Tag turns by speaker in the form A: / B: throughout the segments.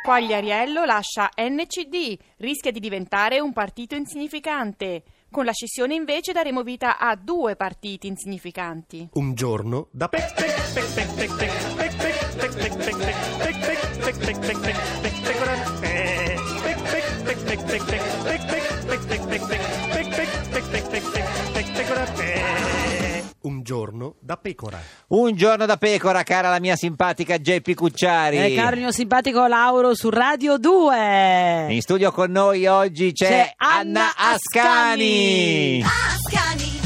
A: Quagliariello lascia NCD, rischia di diventare un partito insignificante. Con la scissione invece daremo vita a due partiti insignificanti.
B: Un giorno da pec pec pec pec pec pec pec pec pec pec pec pec pec pec pec pec pec pec pec pecora, eh. Pec pec pec pec pec pec pec pec pec pec pec pec pec pec pec pec pec pec pec pecora, eh. Un giorno da pecora.
C: Un giorno da pecora, cara la mia simpatica Geppi Cucciari.
D: E Eh, caro il mio simpatico Lauro su Radio 2.
C: In studio con noi oggi c'è,
D: C'è
C: Anna
D: Anna Ah,
C: Ascani.
E: Ascani,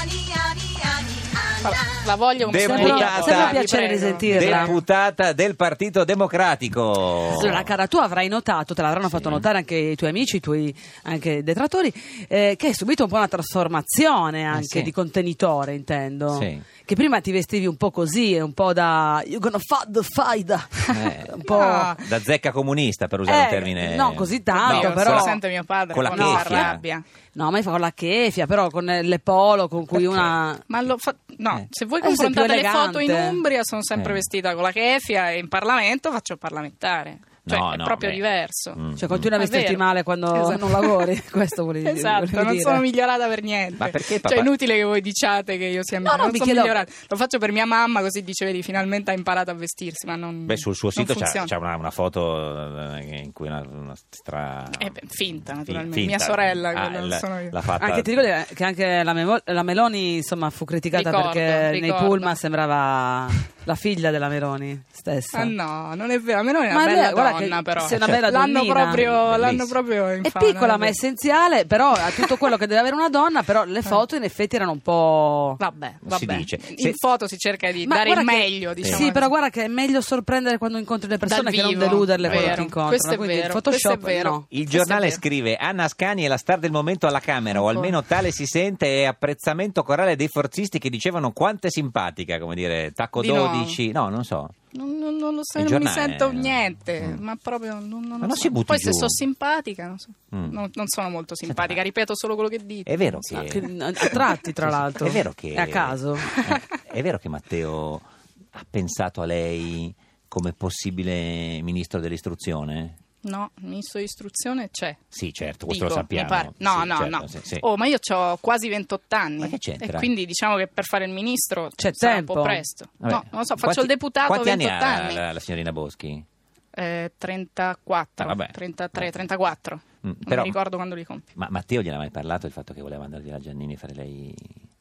E: ani, ani, ani, ana.
F: La voglio un
C: Deputata.
F: po'
C: Sembra
D: piacere risentirla.
C: Deputata del Partito Democratico.
D: Allora, cara tu avrai notato, te l'avranno fatto notare anche i tuoi amici, i tuoi anche detrattori, eh, che hai subito un po' una trasformazione anche
C: Eh, sì.
D: di contenitore, intendo.
C: Sì.
D: Che prima ti vestivi un po' così, eh, un po' da you're gonna fuck the faida.
C: Eh.
D: un po'
F: Ah.
C: Da zecca comunista, per usare
D: Eh,
C: un termine.
D: no, così tanto,
C: No,
D: però-
F: Lo sente mio padre
C: Con la
F: quando si
C: chefia.
F: arrabbia.
D: No, ma io fa con la chefia, però con eh, le polo con cui una
C: certo.
F: Ma lo fa- no,
C: Eh.
F: se voi
D: Eh, sei
F: confrontate
D: più
F: le foto in
D: elegante.
F: Umbria sono sempre
C: Eh.
F: vestita con la chefia e in Parlamento faccio il parlamentare. Cioè
C: No,
F: è
C: no,
F: proprio
C: beh.
F: diverso.
C: Mm.
D: cioè continua a
F: È
D: vestirti
F: vero.
D: male quando
F: Esatto.
D: non lavori, questo volevi
F: Esatto,
D: volevi
F: non
D: dire.
F: sono migliorata per niente.
C: Ma perché,
F: Cioè
C: papà?
F: è inutile che voi diciate che io sia
D: No, no,
F: migliorata. non
D: mi
F: sono
D: chiedo-
F: migliorata. Lo faccio per mia mamma così dice, vedi, finalmente ha imparato a vestirsi, ma non
C: Beh, sul suo
F: non
C: sito c'è,
F: funziona.
C: c'è una, una foto eh, in cui una, una stra...
F: Eh, beh, finta,
C: Fi-
F: naturalmente. Mia sorella, quella
C: il-
F: sono io.
C: l'ha fatta-
D: Anche ti ricordi che anche la, Memo- la Meloni insomma fu criticata
F: Ricordo,
D: perché nei
F: ricordo.
D: pullman sembrava la figlia della Meloni stessa.
F: Ah no, non è vero, a me non è una
D: Ma
F: bella
D: lei- guarda
F: donna
D: che
F: però.
D: sei una bella
F: l'hanno
D: donnina.
F: proprio, l'hanno
C: Bellissima.
F: proprio
D: È
F: infame,
D: piccola ma
F: vabbè.
D: essenziale, però ha tutto quello che deve avere una donna, però le foto in effetti erano un po'...
F: Eh. Vabbè,
C: Non si
F: vabbè.
C: dice.
F: In
C: Se-
F: foto si cerca di
D: Ma
F: dare il
D: guarda che-
F: meglio, diciamo.
D: Sì,
F: così.
D: però guarda che è meglio sorprendere quando incontri le
F: Dal
D: persone che non
F: vivo.
D: deluderle quando
F: Vero.
D: ti incontrano.
F: Questo è
D: Quindi il
F: vero,
D: Photoshop
F: questo è vero.
D: no.
C: Il
F: Questo è
C: giornale
F: vero.
C: scrive Anna Scani è la star del momento alla Camera o
F: Ancora.
C: almeno tale si sente e apprezzamento corale dei forzisti che dicevano quanto è simpatica, come dire, tacco
F: Di nuovo.
C: 12, no, non so.
F: Non, non- non lo so,
C: Il
F: non mi
C: giornale,
F: sento
C: no?
F: niente,
C: Mm.
F: ma proprio non, non,
C: Ma
F: lo
C: non
F: so.
C: si butti
F: Poi
C: giù.
F: se sono simpatica, non, so.
C: Mm.
F: non, non sono molto
C: ma-
F: simpatica, ripeto solo quello che dite.
C: È vero
D: Ah,
C: che
D: che- A tratti, tra
C: Sì, sì.
D: l'altro.
C: È vero che
D: È a caso.
C: Eh, È vero che Matteo ha pensato a lei come possibile ministro dell'istruzione?
F: No, il ministro di istruzione c'è.
C: Sì, certo, questo
F: Dico,
C: lo
F: mi
C: sappiamo.
F: pare. No,
C: Sì,
F: no,
C: certo,
F: no.
C: sì, sì.
F: Oh, ma io ho quasi 28 anni.
C: Ma che c'entra?
F: E quindi diciamo che per fare il ministro
D: C'è
F: sarà
D: tempo?
F: un po' presto.
C: Vabbè.
F: No, non lo so, faccio
C: Quanti-
F: il deputato a
C: Quanti
F: 28
C: anni ha
F: anni.
C: la, la signorina Boschi?
F: Eh, 34,
C: Ah, vabbè.
F: 33, 34.
C: Mm,
F: non
C: però-
F: mi ricordo quando li compio.
C: Ma Matteo gliel'ha mai parlato del fatto che voleva andare via da Giannini e fare lei...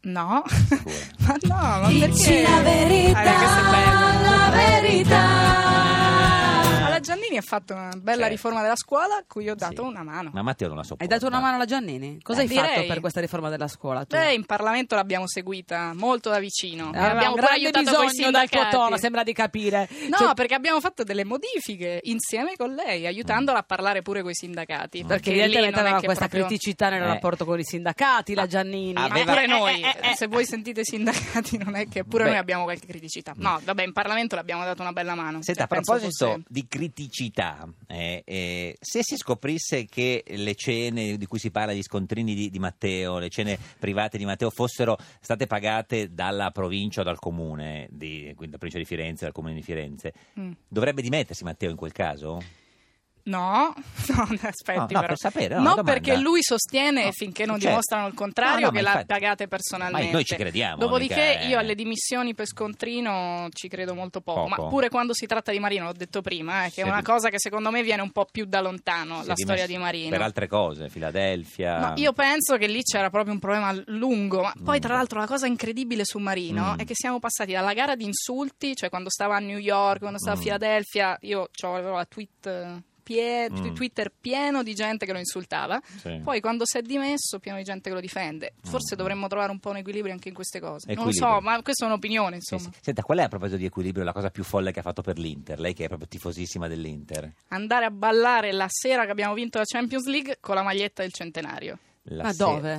F: No,
C: Sicura.
F: ma no, ma
E: Dici
F: perché?
E: la verità,
F: Eh, questa è bella.
E: la verità.
F: Ma la Giannini ha fatto una bella
C: Certo.
F: riforma della scuola a cui io ho dato
C: Sì.
F: una mano.
C: Ma Matteo non la sopporta.
D: Hai dato una mano alla Giannini? Cosa
F: Eh,
D: hai fatto
F: direi.
D: per questa riforma della scuola? Tu?
F: Beh, in Parlamento l'abbiamo seguita molto da vicino.
D: Aveva
F: abbiamo
D: un
F: pure
D: Eh, grande
F: aiutato coi
D: bisogno dal tuo
F: sindacati.
D: tono, sembra di capire.
F: No,
D: Cioè,
F: perché abbiamo fatto delle modifiche insieme con lei, aiutandola a parlare pure con i sindacati.
D: perché
F: Perché, lì
D: evidentemente
F: non è
D: aveva
F: che
D: questa
F: proprio...
D: criticità nel
C: Eh.
D: rapporto con i sindacati, la Giannini.
C: Ah,
F: Ma
C: Aveva-
F: pure noi,
D: Eh, eh, eh,
F: se voi sentite i sindacati, non è che pure
C: Beh.
F: noi abbiamo qualche criticità. No, vabbè, in Parlamento l'abbiamo dato una bella mano.
C: Senta, a
F: E penso
C: proposito
F: fosse-
C: di criticità, eh, eh, se si scoprisse che le cene di cui si parla, gli scontrini di, di Matteo, le cene private di Matteo fossero state pagate dalla provincia o dal comune, di, quindi dalla provincia di Firenze, dal comune di Firenze,
F: Mm.
C: dovrebbe dimettersi Matteo in quel caso?
F: No, no, aspetti
C: No, no,
F: però.
C: per sapere, no,
F: No,
C: una domanda.
F: perché lui sostiene
C: No,
F: finché non
C: certo.
F: dimostrano il contrario
C: No, no, ma
F: che la
C: infatti-
F: pagate
C: Ma
F: personalmente.
C: noi ci crediamo,
F: Dopodiché
C: mica, eh.
F: io alle dimissioni per scontrino ci credo molto poco,
C: Poco.
F: ma pure quando si tratta di Marino, l'ho detto prima, eh, che
C: Se
F: è una
C: di-
F: cosa che secondo me viene un po' più da lontano
C: Si è
F: la storia
C: dimesso
F: di Marino.
C: Per altre cose, Filadelfia.
F: No, io penso che lì c'era proprio un problema lungo, ma poi
C: Eh. Mm.
F: tra l'altro la cosa incredibile su Marino
C: Mm.
F: è che siamo passati dalla gara di insulti, cioè quando stava a New York, quando stava
C: Mm.
F: a Filadelfia, io avevo la tweet, eh, pie-
C: Mm.
F: Twitter pieno di gente che lo insultava,
C: Sì.
F: poi quando si è dimesso pieno di gente che lo difende. Forse
C: Mm.
F: dovremmo trovare un po' un equilibrio anche in queste cose. Non
C: Equilibrio.
F: lo so, ma questa è un'opinione
C: Sì,
F: insomma.
C: sì. Senta, qual è a proposito di equilibrio la cosa più folle che ha fatto per l'Inter? Lei che è proprio tifosissima dell'Inter.
F: Andare a ballare la sera che abbiamo vinto la Champions League con la maglietta del centenario.
C: La
D: Ma
C: sera-
D: dove?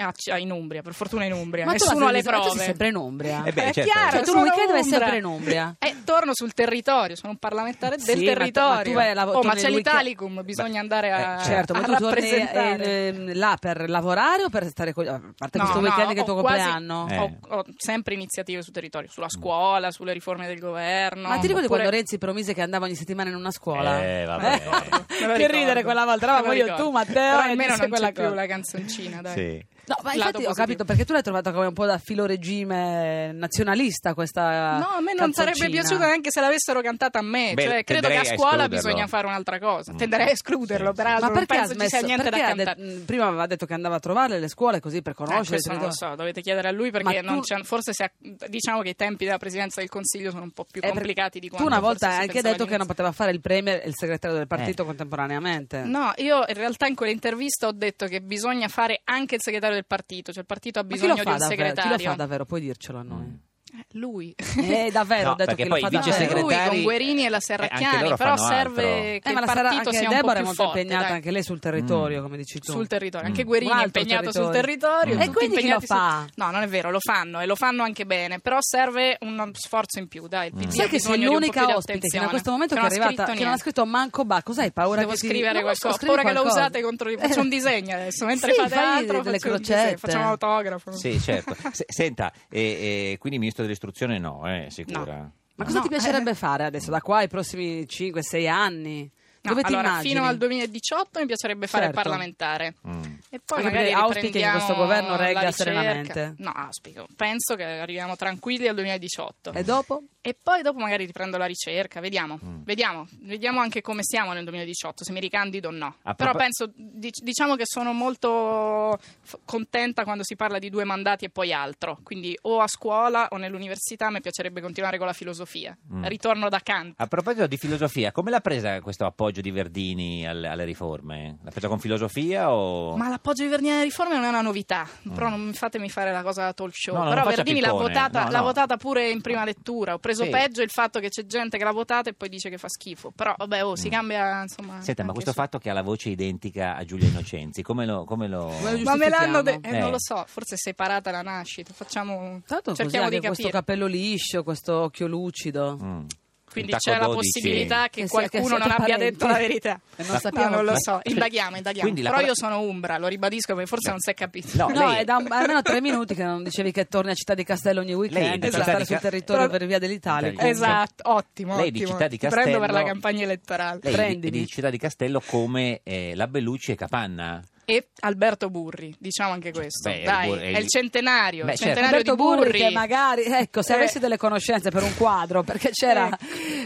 F: Ah, c- ah, in Umbria, per fortuna in Umbria.
D: Ma tu la
F: Nessuno ha le
D: televisione- tu
F: prove.
D: sei sempre in Umbria.
C: Eh beh,
F: È
C: certo.
F: chiaro,
D: Cioè, tu il
F: sono
D: weekend vai
F: Umbra.
D: sempre in Umbria.
F: Eh, torno sul territorio, sono un parlamentare del
D: Sì, ma tu-
F: territorio.
D: ma tu vai a lav-
F: oh,
D: tu
F: ma
D: nel
F: c'è
D: weekend-
F: l'Italicum, bisogna
C: Beh,
F: andare a,
C: eh,
D: Certo, ma
F: a
D: tu torni
F: rappresentare.
D: eh, ehm, là per lavorare o per stare con... A parte questo weekend che è il tuo
F: ho quasi-
D: compleanno?
C: Eh. Mm.
F: Ho, ho sempre iniziative sul territorio, sulla scuola, sulle riforme del governo.
D: Ma ti ricordi
F: oppure-
D: quando Renzi promise che andava ogni settimana in una scuola?
C: Eh, vabbè.
F: Me lo
D: che
F: ricordo.
D: ridere quella volta,
F: Me lo
D: eravamo io,
F: ricordo.
D: tu, Matteo,
F: Però
D: e
F: almeno
D: disse
F: non
D: quella
F: c'è più
D: cosa.
F: la canzoncina, dai.
C: Sì.
D: No, ma infatti
F: Lato
D: ho
F: positivo.
D: capito perché tu l'hai trovata come un po' da filo regime nazionalista questa
F: No, a me non sarebbe
D: canzoncina.
F: piaciuta neanche se l'avessero cantata a me.
C: Beh,
F: cioè, credo che
C: tenderei
F: a
C: a
F: scuola
C: escluderlo.
F: bisogna fare un'altra cosa.
C: Mm.
F: Tenderei a escluderlo,
C: Sì, sì.
F: peraltro.
D: Ma perché
F: non
D: ha
F: penso ci sia
D: smesso?
F: niente da
D: Perché ha
F: cantare.
D: det- mh, prima aveva detto che andava a trovarle le scuole così per
F: Eh,
D: conoscere.
F: questo non lo so, dovete chiedere a lui perché
D: Ma
F: non
D: tu-
F: c'è- forse si acc- diciamo che i tempi della presidenza del Consiglio sono un po' più
D: Eh, perché
F: complicati di
D: Tu
F: quanto
D: una volta
F: forse
D: hai
F: si
D: anche
F: pensava
D: detto che non
F: all'inizio.
D: poteva fare il premier e il segretario del partito
C: Eh.
D: contemporaneamente.
F: No, io in realtà in quell'intervista ho detto che bisogna fare anche il segretario del partito, cioè il partito ha
D: Ma chi
F: bisogno
D: lo,
F: di
D: fa
F: un
D: davvero? chi
F: segretario.
D: lo fa davvero? Puoi dircelo a noi.
F: Eh, lui.
D: Eh, davvero,
C: Mm. No,
D: ho detto
C: perché
D: che
C: poi
D: lo
C: i
D: fa davvero.
F: Lui
C: vicesegretari-
F: con Guerini e la
C: Eh, anche
F: Serracchiani,
C: loro
F: però
C: fanno
F: serve
C: altro.
F: che
D: Eh, ma
F: il
D: la sarà
F: partito
D: anche
F: sia un
D: Deborah
F: po'
D: è
F: più
D: molto
F: forte,
D: impegnata
F: dai.
D: anche lei sul territorio, come dici tu.
F: sul territorio, anche
C: Mm.
F: Guerini
D: Un
F: è
D: altro
F: impegnato sul
D: territorio. Mm.
F: territorio.
D: E
F: tutti
D: quindi chi lo
F: impegnati su-
D: fa?
F: No, non è vero, lo fanno e lo fanno anche bene, però serve uno sforzo in più, dai,
C: Mm.
F: il PD
D: Sai che
F: ha
D: sei
F: bisogno di un po' più di
D: l'unica ospite fino a
F: attenzione,
D: questo momento che, è
F: non ha
D: arrivata,
F: scritto
D: che non ha
F: niente.
D: scritto manco ba. Cos'hai paura
F: Devo
D: che ti-
F: scrivere
D: Non lo so,
F: qualcosa.
D: scrivi
F: Ora che lo
D: qualcosa. Eh.
F: usate contro di me, faccio un disegno adesso. Mentre
D: Sì,
F: fate
D: fai
F: altro,
D: delle
F: faccio un
D: crocette.
F: disegno, faccio un autografo.
C: Sì, certo. Se- senta, eh, eh, quindi ministro dell'istruzione no, eh, sicura.
D: Ma cosa
F: No,
D: ti
F: eh.
D: piacerebbe fare adesso, da qua ai prossimi 5-6 anni?
F: No,
D: Dove ti
F: allora,
D: immagini?
F: fino al 2018 mi piacerebbe fare il
D: Certo.
F: parlamentare.
C: Mm.
F: E poi
D: Anche
F: magari
D: perché auspichi che
F: riprendiamo
D: questo governo
F: la
D: regga
F: ricerca.
D: serenamente.
F: No, auspico. Penso che arriviamo tranquilli al 2018.
D: E dopo?
F: E poi dopo magari riprendo la ricerca, vediamo.
C: Mm.
F: Vediamo, vediamo anche come siamo nel 2018, se mi ricandido o no.
C: A
F: Però
C: propos-
F: penso, dic- diciamo che sono molto f- contenta quando si parla di due mandati e poi altro. Quindi o a scuola o nell'università mi piacerebbe continuare con la filosofia.
C: Mm.
F: Ritorno da Kant.
C: A proposito di filosofia, come l'ha presa questo appoggio di Verdini al- alle riforme? L'ha presa con filosofia o...
F: Ma l'appoggio di Verdini alle riforme non è una novità, però non fatemi fare la cosa talk show.
C: Mm. No, no,
F: però
C: non faccia
F: Verdini l'ha
C: pippone.
F: votata,
C: No,
F: l'ha
C: no.
F: votata pure in prima lettura. Ho preso
C: Sì.
F: peggio il fatto che c'è gente che l'ha votata e poi dice che fa schifo. Però vabbè, oh, si
C: Mm.
F: cambia insomma.
C: Senta, ma
F: anche
C: questo
F: su-
C: fatto che ha la voce identica a Giulia Innocenzi, come lo... Come lo...
D: Come lo
F: Ma me l'hanno detto,
D: Giustifichiamo.
F: eh, non
C: Eh.
F: lo so, forse è separata la nascita. Facciamo
D: Tanto così
F: cerchiamo di
D: anche questo
F: capire.
D: capello liscio, questo occhio lucido.
C: Mm.
F: Quindi
C: Il tacco
F: c'è la
C: 12.
F: possibilità Ah, che
D: Che sia- che
F: qualcuno
D: siete
F: non abbia
D: parenti.
F: detto la verità.
D: E non
F: Ma
D: sappiamo
F: non lo
D: chi.
F: so, indaghiamo, indaghiamo.
C: Quindi la
F: Però io
C: cosa-
F: sono Umbra, lo ribadisco perché forse non si è capito.
C: No,
D: No,
C: lei-
D: è da un- almeno tre minuti che non dicevi che torni a Città di Castello ogni
C: Lei è
D: weekend
C: di
D: per
C: Città
D: stare
C: di
D: sul
C: Ca-
D: territorio
F: Però-
D: per via dell'Italia.
C: Dai,
F: Esatto, ottimo.
C: Lei di
F: ottimo.
C: Città di
F: Ti
C: Castello-
F: Prendo per la campagna elettorale.
C: Lei è di,
D: Prendimi.
C: di Città di Castello come eh, la Bellucci e Capanna.
F: E Alberto Burri, diciamo anche questo.
C: Beh,
F: Dai,
C: Burri-
F: è il centenario.
C: Beh,
F: il
C: certo.
F: centenario
D: Alberto
F: di Burri.
D: Burri che magari ecco se
F: Eh.
D: avessi delle conoscenze per un quadro perché c'era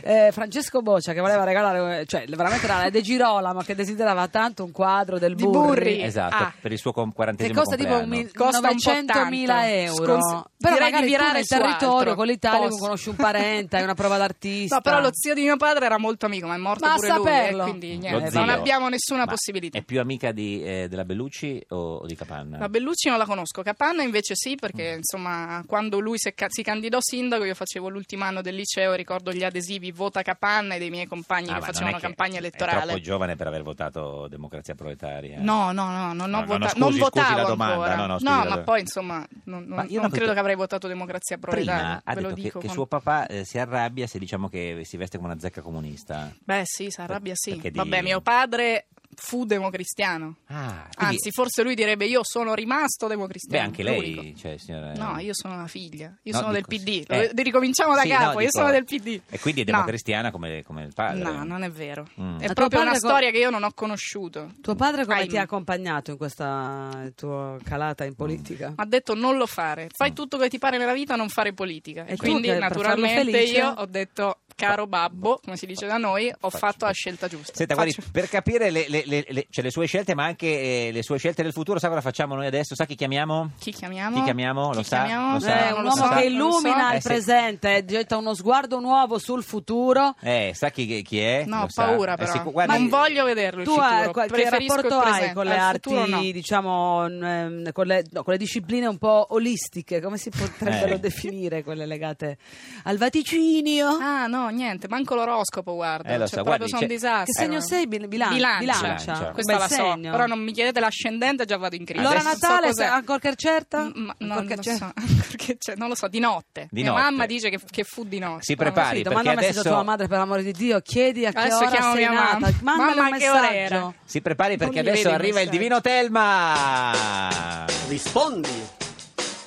D: eh, Francesco Boccia che voleva regalare eh, cioè veramente era la De Girolamo che desiderava tanto un quadro del
F: Di
D: Burri, Eh,
F: Burri. Sì.
C: Esatto,
F: Ah.
C: per il suo com-
D: che
C: 40esimo
D: costa tipo un
C: compleanno.
D: mil-
F: Costa un po'
D: 900.000
F: tanto.
D: euro
F: Scons-
D: però
F: direi di
D: magari
F: virare
D: tu nel
F: su
D: territorio
F: altro.
D: con l'Italia
F: Posso.
D: conosci un parente hai una prova d'artista
F: No, però lo zio di mio padre era molto amico, ma è morto
D: Ma a
F: pure lui. eh,
D: saperlo.
F: quindi
C: Lo
F: niente,
C: zio.
F: non abbiamo nessuna
C: Ma
F: possibilità.
C: È eh. più amica di, eh, della Bellucci o, o di Capanna?
F: La Bellucci non la conosco, Capanna invece sì,
C: Mm.
F: perché insomma quando lui si, ca- si candidò sindaco io facevo l'ultimo anno del liceo, ricordo gli adesivi Vota Capanna e dei miei compagni
C: Ah, ma
F: che
C: non
F: facevano
C: è che
F: campagna
C: È
F: elettorale.
C: troppo giovane per aver votato Democrazia eh. Proletaria.
F: No, no, no, non
C: No, no,
F: ho
C: no,
F: votato,
C: scusi,
F: non
C: scusi
F: votavo
C: la domanda,
F: ancora.
C: no, no, scusi la
F: ma
C: do-
F: poi insomma
C: Ma
F: non, non-
C: io
F: non
C: non
F: credo
C: capisco-
F: che avrei votato Democrazia Proletaria,
C: Prima ha
F: ve lo
C: detto che,
F: dico.
C: che
F: con-
C: suo papà eh, si arrabbia se diciamo che si veste come una zecca comunista.
F: Beh sì, si arrabbia sì.
C: Perché di-
F: Vabbè, mio padre fu democristiano,
C: Ah, quindi-
F: anzi forse lui direbbe io sono rimasto
C: Beh,
F: democristiano.
C: anche
F: l'unico.
C: lei, cioè, signora...
F: No, io sono una figlia, io
C: No,
F: sono del
C: dico-
F: PD.
C: eh.
F: Lo- Ricominciamo da
C: Sì, no,
F: capo, io
C: dico-
F: sono del PD.
C: E quindi è
F: No.
C: democristiana come, come il padre.
F: No, non è vero.
C: Mm. Ma
F: È
D: tuo
F: proprio una
D: padre co-
F: storia che io non ho conosciuto.
D: tuo padre come
F: Ai-
D: ti ha accompagnato in questa tua calata in politica
F: Mi ha detto non lo fare, fai tutto quello che ti pare nella vita, non fare politica.
D: E
F: E,
D: tu,
F: quindi
D: che per farlo
F: naturalmente
D: felice-
F: io ho detto caro babbo, come si dice da noi, ho
C: Faccio-
F: fatto la scelta giusta.
C: Senta, guardi,
F: Faccio-
C: per capire le, le- le- le- cioè, le sue scelte, ma anche eh, le sue scelte del futuro, sa cosa facciamo noi adesso? Sa chi chiamiamo?
F: Chi chiamiamo?
C: Chi chiamiamo? Lo
F: Chi
C: sa?
F: chiamiamo? Eh,
C: Lo sa?
D: È
F: non
D: Eh, un
F: lo
D: uomo
F: so,
D: che
F: non lo so.
D: illumina
C: Eh,
D: il
C: sì.
D: presente, getta uno sguardo nuovo sul futuro.
C: Eh, sa chi, chi è?
F: No,
C: Lo
F: ho
C: sa?
F: paura
C: Eh,
F: però.
C: sicu- guardi-
F: non voglio vederlo il
D: tu
F: futuro.
D: hai qual- che
F: Preferisco il
D: rapporto hai
F: presente.
D: con le
F: Al
D: arti,
F: futuro no.
D: diciamo, n- ehm, con le, no, con le discipline un po' olistiche, come si potrebbero
C: Eh.
D: definire quelle legate al vaticinio?
F: Ah no, niente, manco l'oroscopo, guarda.
C: Eh, lo
F: Cioè,
C: so,
F: proprio
C: guardi,
F: sono
C: c'è-
F: un disastro.
D: Che segno sei? Bil- bilan-
F: Bilancia.
D: bilancia.
C: Bilancia.
D: Un
F: Questa
D: bel
F: la so,
D: segno.
F: però non mi chiedete l'ascendente, già vado in crisi.
D: L'ora
F: Adesso so
D: Natale,
F: cos'è.
D: se- ah, ancor che è certa?
F: Mm, Ma,
D: Ancor
F: non,
D: che
F: lo
D: è certa.
F: so, ancor che c'è, non lo so, di notte.
C: Di
F: Mia
C: notte.
F: mamma dice che, che fu di notte.
C: Si
F: Ma-
C: prepari,
D: Sì,
C: perché
D: domanda un messaggio a tua
C: adesso-
D: madre, per l'amore di Dio, chiedi a che
F: Adesso
D: ora
F: chiamo
D: sei
F: mia
D: nata.
F: mamma.
D: Mandale
F: Mamma,
D: un
F: che ora
D: messaggio.
F: era?
C: Si prepari perché
F: Non mi
C: adesso
F: vedi il
C: arriva il
F: messaggio.
C: divino Telma.
G: Rispondi,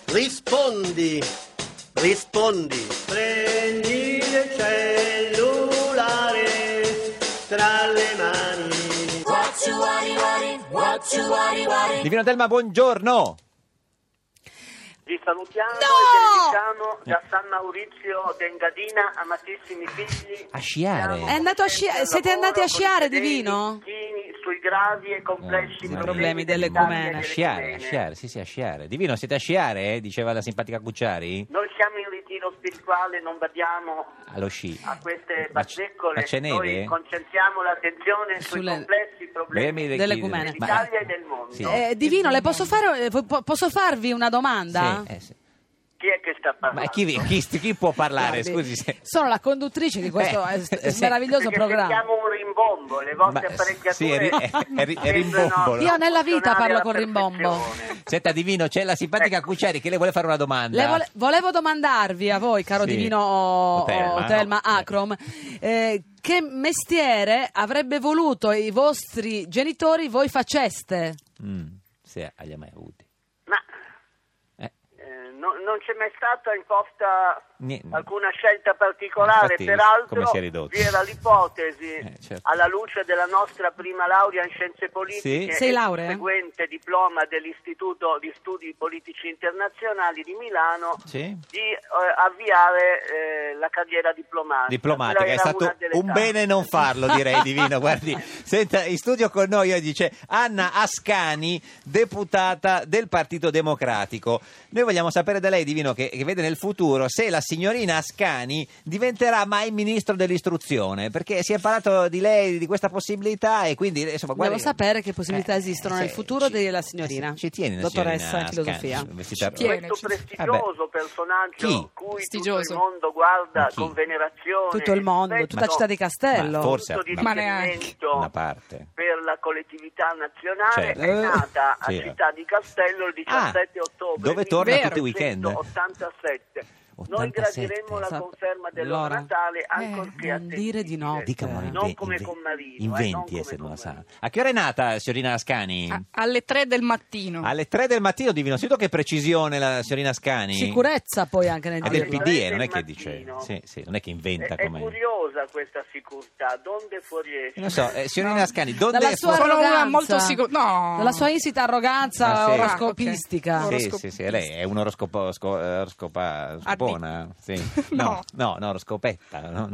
G: rispondi, rispondi. Prendi il cellulare tra le mani.
E: What you worry, worry, what you worry, worry.
C: Divino Telma, buongiorno.
H: Vi salutiamo e vi diciamo da
C: Eh.
H: San Maurizio d'Engadina, amatissimi figli.
C: A sciare.
H: Siamo
D: È andato a scia-
H: contenti del
D: siete
H: lavoro
D: andati a
H: con
D: sciare,
H: i fedeli
D: Divino?
H: inchini Sui gravi e complessi
C: Eh, sì.
D: Problemi delle
H: dell'Italia
D: cumene.
H: e
C: A
H: delle
C: sciare, a
H: cumene.
C: sciare, sì, sì, a sciare. Divino, siete a sciare, eh? diceva la simpatica Cucciari?
H: Noi siamo in ritiro spirituale, non badiamo
C: Allo sci.
H: a queste
C: Ma c-
H: bazzecole.
C: ma c'è neve?
H: Noi concentriamo l'attenzione sui
D: Sulle-
H: complessi problemi.
C: Problemi
D: Delle
C: chi-
D: cumene.
C: ma-
H: Dell'Italia e del mondo.
C: Sì.
D: Eh, Divino, le posso, fare- eh, po- po- posso farvi una domanda?
C: Sì, eh, sì.
H: Chi è che sta parlando?
C: Ma chi, chi- chi può parlare?
D: Guardi,
C: Scusi. se-
D: Sono la conduttrice di questo
C: Eh,
D: eh,
C: sì.
D: meraviglioso
H: Perché
D: programma.
H: sentiamo un rimbombo, le vostre
C: Ma- eh,
H: apparecchiature.
C: sì, è ri- è- è ri- è
H: sembrano
C: rimbombo, no?
D: Io nella vita
H: funzionare
D: parlo
H: alla
D: col rimbombo.
H: perfezione.
C: Senta, Divino, c'è la simpatica
H: Ecco.
C: Cucciari che le vuole fare una domanda.
D: Le vole- volevo domandarvi a voi, caro
C: Sì.
D: Divino o-
C: O Telma,
D: o
C: no?
D: Telma Acrom, eh, che mestiere avrebbe voluto i vostri genitori voi faceste?
C: Mm, se li ha mai avuti.
H: Ma
C: Eh,
H: eh, no- non c'è mai stata imposta
C: Ni-
H: alcuna scelta particolare,
C: Infatti, come
H: peraltro
C: si è ridotto.
H: vi era l'ipotesi,
C: Eh, certo.
H: alla luce della nostra prima laurea in scienze
C: Sì.
H: politiche
D: Sei
H: e
D: laurea?
H: il seguente diploma dell'Istituto di Studi Politici Internazionali di Milano,
C: Sì.
H: di eh, avviare eh, la carriera diplomatica.
C: Diplomatica,
H: Quella
C: è
H: era
C: stato
H: una delle
C: un
H: tante.
C: bene non farlo, direi Divino. Guardi, senta, in studio con noi oggi c'è Anna Ascani, deputata del Partito Democratico. Noi vogliamo sapere da lei, Divino, che, che vede nel futuro se la signorina Ascani diventerà mai ministro dell'istruzione, perché si è parlato di lei, di questa possibilità, e quindi insomma.
D: Volevo
C: guardi-
D: sapere che possibilità
C: Eh,
D: esistono
C: sì,
D: nel futuro
C: ci- eh,
D: della signorina.
C: Ci, ci tiene, la
D: dottoressa in
C: signorina
D: filosofia.
C: Ascani, vestita-
F: Ci tiene.
H: questo
F: Vabbè.
H: prestigioso personaggio
C: Chi?
H: cui tutto
F: Prestigioso.
H: il mondo guarda
C: Chi?
H: con venerazione
D: Tutto il mondo,
H: rispetto,
D: tutta la città di Castello.
C: Ma forse-
H: punto di
C: Ma
F: neanche.
H: riferimento
C: una parte.
H: per la collettività nazionale
C: Certo.
H: è nata a
C: Sì.
H: Città di Castello il 17
C: Ah,
H: ottobre
C: dove torna tutti i
H: 1987. Noi
C: 87.
H: gradiremmo la
D: Sa-
H: conferma dell'ora
D: Laura,
H: Natale
D: eh,
H: ancorché
D: non dire di no.
H: attendibile.
C: Dica amore,
H: Eh, non
C: inve-
H: come
C: inve-
H: con Marino, eh, non
C: Inventi,
H: come
C: eh, se non la
H: con
C: sa.
H: Marino.
C: A che ora è nata, signorina Ascani?
D: Ah,
F: A- alle 3 del mattino.
C: Alle 3 del mattino, divino. Sento che precisione la signorina Ascani.
D: Sicurezza poi anche nel
C: È
H: Alle
C: del
D: dire di no.
C: PD,
H: tre
C: eh, non è che
H: del
C: dice.
H: mattino.
C: Sì, sì, non è che inventa
H: È, è
C: come.
H: curiosa questa sicurezà, donde fuoriesce?
C: Non so, eh, signorina Ascani, dove
D: Dalla
C: è
D: sua
F: Sono una
D: arroganza.
F: molto sicura- no.
D: Dalla sua insita
C: Ah,
D: arroganza
C: sì.
D: oroscopistica.
F: Ah, ok.
C: Sì, sì, sì, lei è un'oroscopo, sco- eh, oroscopa, oroscopona, sì.
F: No.
C: no, no, oroscopetta. no, no.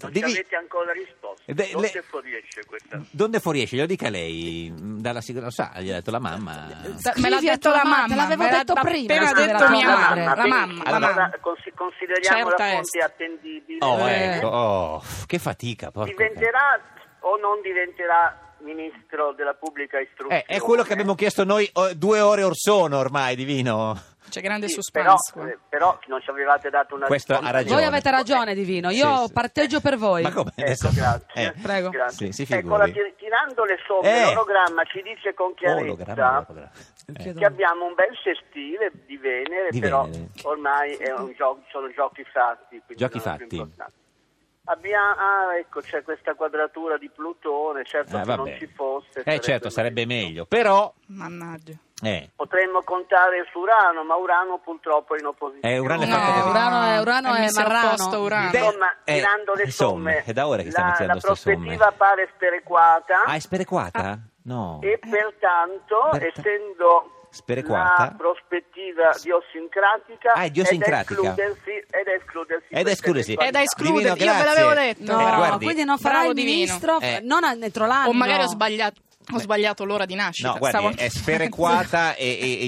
H: Non
C: Divi-
H: ci avete ancora risposto.
C: Eh beh,
H: Dove
C: le-
H: fuoriesce questa?
C: Donde fuoriesce? Glielo dica lei, mh, dalla sicurezza, lo sa, gliel'ha detto la mamma.
D: Sa-
F: me l'ha
D: Scrivi a
F: detto
D: tua
F: la
D: mamma,
F: mamma,
D: te l'avevo
F: me l'ha
D: detto prima,
F: appena
D: scrivere
F: detto
D: a
F: mia
D: tua
F: madre,
D: mamma,
F: la mamma,
H: benissimo.
F: la
H: Allora,
F: mamma.
H: consi- consideriamo
F: Certa
D: Certo,
H: la
F: est.
H: fonte attendibile.
C: Oh,
D: Eh.
C: ecco, oh, che fatica, porco.
H: Diventerà o non diventerà ministro della pubblica istruzione?
C: Eh, è quello che abbiamo chiesto noi oh, due ore or sono ormai, divino.
F: C'è grande
H: Sì,
F: suspense.
H: Però,
F: qua.
H: eh, però non ci avevate dato una
C: Questo ha
H: risposta.
C: ragione.
D: Voi avete ragione, Divino. Io
C: Sì, sì.
D: parteggio per voi.
C: Ma come?
H: Ecco,
C: Adesso-
H: grazie.
C: eh,
D: Prego.
H: Grazie.
C: Sì, si
H: ecco,
C: figuri.
H: la tir- tirando le somme,
C: Eh.
H: l'orogramma ci dice con
C: Ologramma,
H: chiarezza
C: ologramma. Eh.
D: Chiedo-
H: che abbiamo un bel sestile di Venere,
C: Di
H: però
C: Venere.
H: ormai è un gio- sono giochi fatti. quindi
C: Giochi
H: non è più
C: fatti.
H: importante. Abbia- ah, ecco, c'è questa quadratura di Plutone, certo
C: Ah,
H: se
C: vabbè.
H: non ci fosse.
C: Eh, certo, sarebbe meglio, però
F: Mannaggia.
C: eh,
H: Potremmo contare su Urano, ma Urano purtroppo è in opposizione.
C: Eh, Urano è fatto
F: No,
C: così.
D: Urano è- Urano
F: Eh,
D: è
F: mi si
D: marrano.
F: opposto Urano.
C: De-
H: Insomma,
C: Eh,
H: tirando le
C: insomma,
H: somme,
C: è da ora che stiamo
H: la,
C: tirando
H: la
C: ste somme.
H: prospettiva pare sperequata
C: ah, è sperequata? no.
H: e pertanto,
C: Per-
H: essendo
C: Sperequata.
H: la prospettiva idiosincratica,
C: Ah, è idiosincratica.
H: è da escludersi, è da escludersi
C: È da
H: questa
C: escludersi.
D: Eh,
F: È da
H: eventualità.
F: escludere,
C: Divino,
F: io ve l'avevo
C: grazie.
F: detto.
D: No,
C: Eh, guardi.
D: quindi non farà
F: Bravo,
D: il
F: Divino.
D: ministro
C: Eh.
D: non a- entro l'anno.
F: O magari ho sbagliato, ho sbagliato l'ora di nascita.
C: No, guardi,
F: Stavo-
C: è sperequata e, e- e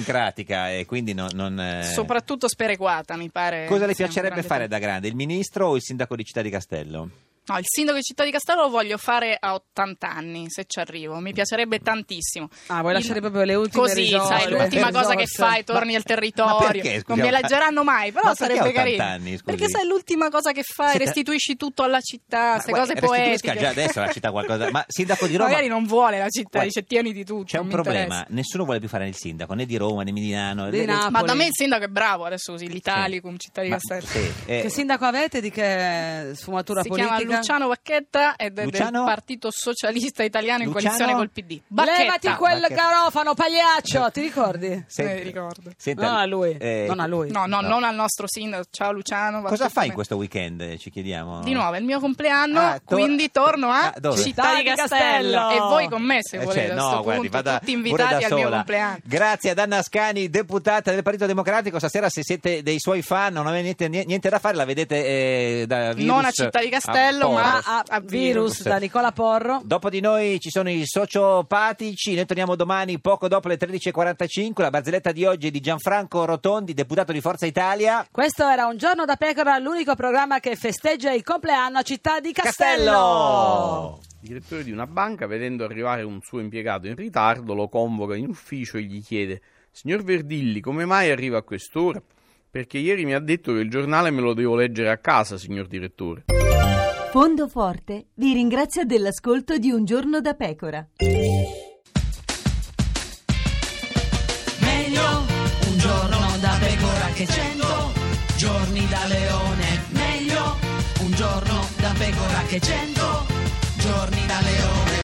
C: idiosincratica e quindi non... non, eh,
F: Soprattutto sperequata, mi pare.
C: Cosa le
F: sia un
C: piacerebbe
F: grande
C: fare da grande, il ministro o il sindaco di Città di Castello?
F: tema. No, il sindaco di Città di Castello lo voglio fare a 80 anni, se ci arrivo. Mi piacerebbe tantissimo.
D: Ah, vuoi
F: Il-
D: lasciare proprio le ultime
F: Così,
D: risorse,
F: sai, l'ultima
D: le
F: cosa che
D: risorse.
F: fai, torni
C: Ma-
F: al
C: ma
F: territorio.
C: perché, scusiamo?
F: non mi eleggeranno mai, però
C: Ma perché a
F: sarebbe
C: 80
F: carino.
C: anni, scusi?
F: perché sai, l'ultima cosa che fai,
C: Siete-
F: restituisci tutto alla città, queste
C: Ma
F: Ah, cose
C: guarda, restituisca
F: poetiche.
C: già adesso alla città qualcosa. Ma sindaco di Roma-
F: Magari non vuole la città,
C: Guarda,
F: dice tieni di tutto.
C: C'è un
F: non mi
C: problema,
F: interessa".
C: nessuno vuole più fare il sindaco, né di Roma né di Milano.
D: Di
C: Le- le-
D: Napoli.
F: Ma da me il sindaco è bravo adesso così, l'Italicum, Città di
C: Ah, Ma-
F: Castello.
C: sì, eh,
D: Che sindaco avete di che sfumatura
F: si
D: politica?
F: chiama Luciano Bacchetta ed è
C: Luciano?
F: del Partito Socialista Italiano in
C: Luciano?
F: coalizione col PD.
D: Levati
F: Bacchetta!
D: quel
C: Bacchetta.
D: garofano, pagliaccio, ti ricordi?
C: senta-
F: Eh, ricordo.
C: senta,
D: Non a lui,
C: Eh.
D: non a lui.
F: No, no,
C: No.
F: non al nostro sindaco. Ciao Luciano. va
C: Cosa
F: tutto
C: fai in
F: bene.
C: questo weekend? eh, Ci chiediamo.
F: Di nuovo, è il mio compleanno,
C: Ah, tor-
F: quindi torno a
C: Ah, dove?
F: Città di Castello. E voi con me se
C: Eh,
F: volete,
C: cioè,
F: a
C: no,
F: sto
C: guardi,
F: punto,
C: vada
F: tutti
C: pure
F: invitati
C: da
F: al mio
C: sola.
F: compleanno.
C: Grazie ad Anna Ascani, deputata del Partito Democratico. Stasera, se siete dei suoi fan, non avete niente, niente da fare, la vedete eh, da virus
F: Non a Città di Castello,
C: Porro.
F: ma
D: A, a
F: virus.
D: virus da Nicola Porro.
C: Dopo di noi ci sono i sociopatici, noi torniamo domani poco dopo le 13.45, la barzelletta di oggi è di Gianfranco Rotondi, deputato di Forza Italia.
D: Questo era Un giorno da pecora, l'unico programma che festeggia il compleanno a Città di Castello.
I: direttore di una banca, vedendo arrivare un suo impiegato in ritardo, lo convoca in ufficio e gli chiede: Signor Verdilli, come mai arriva a quest'ora? Perché ieri mi ha detto che il giornale me lo devo leggere a casa, signor direttore.
J: Fondo Forte vi ringrazia dell'ascolto di Un giorno da pecora.
K: Meglio un giorno da pecora che cento giorni da leone. Meglio un giorno da pecora che cento giorni da leone.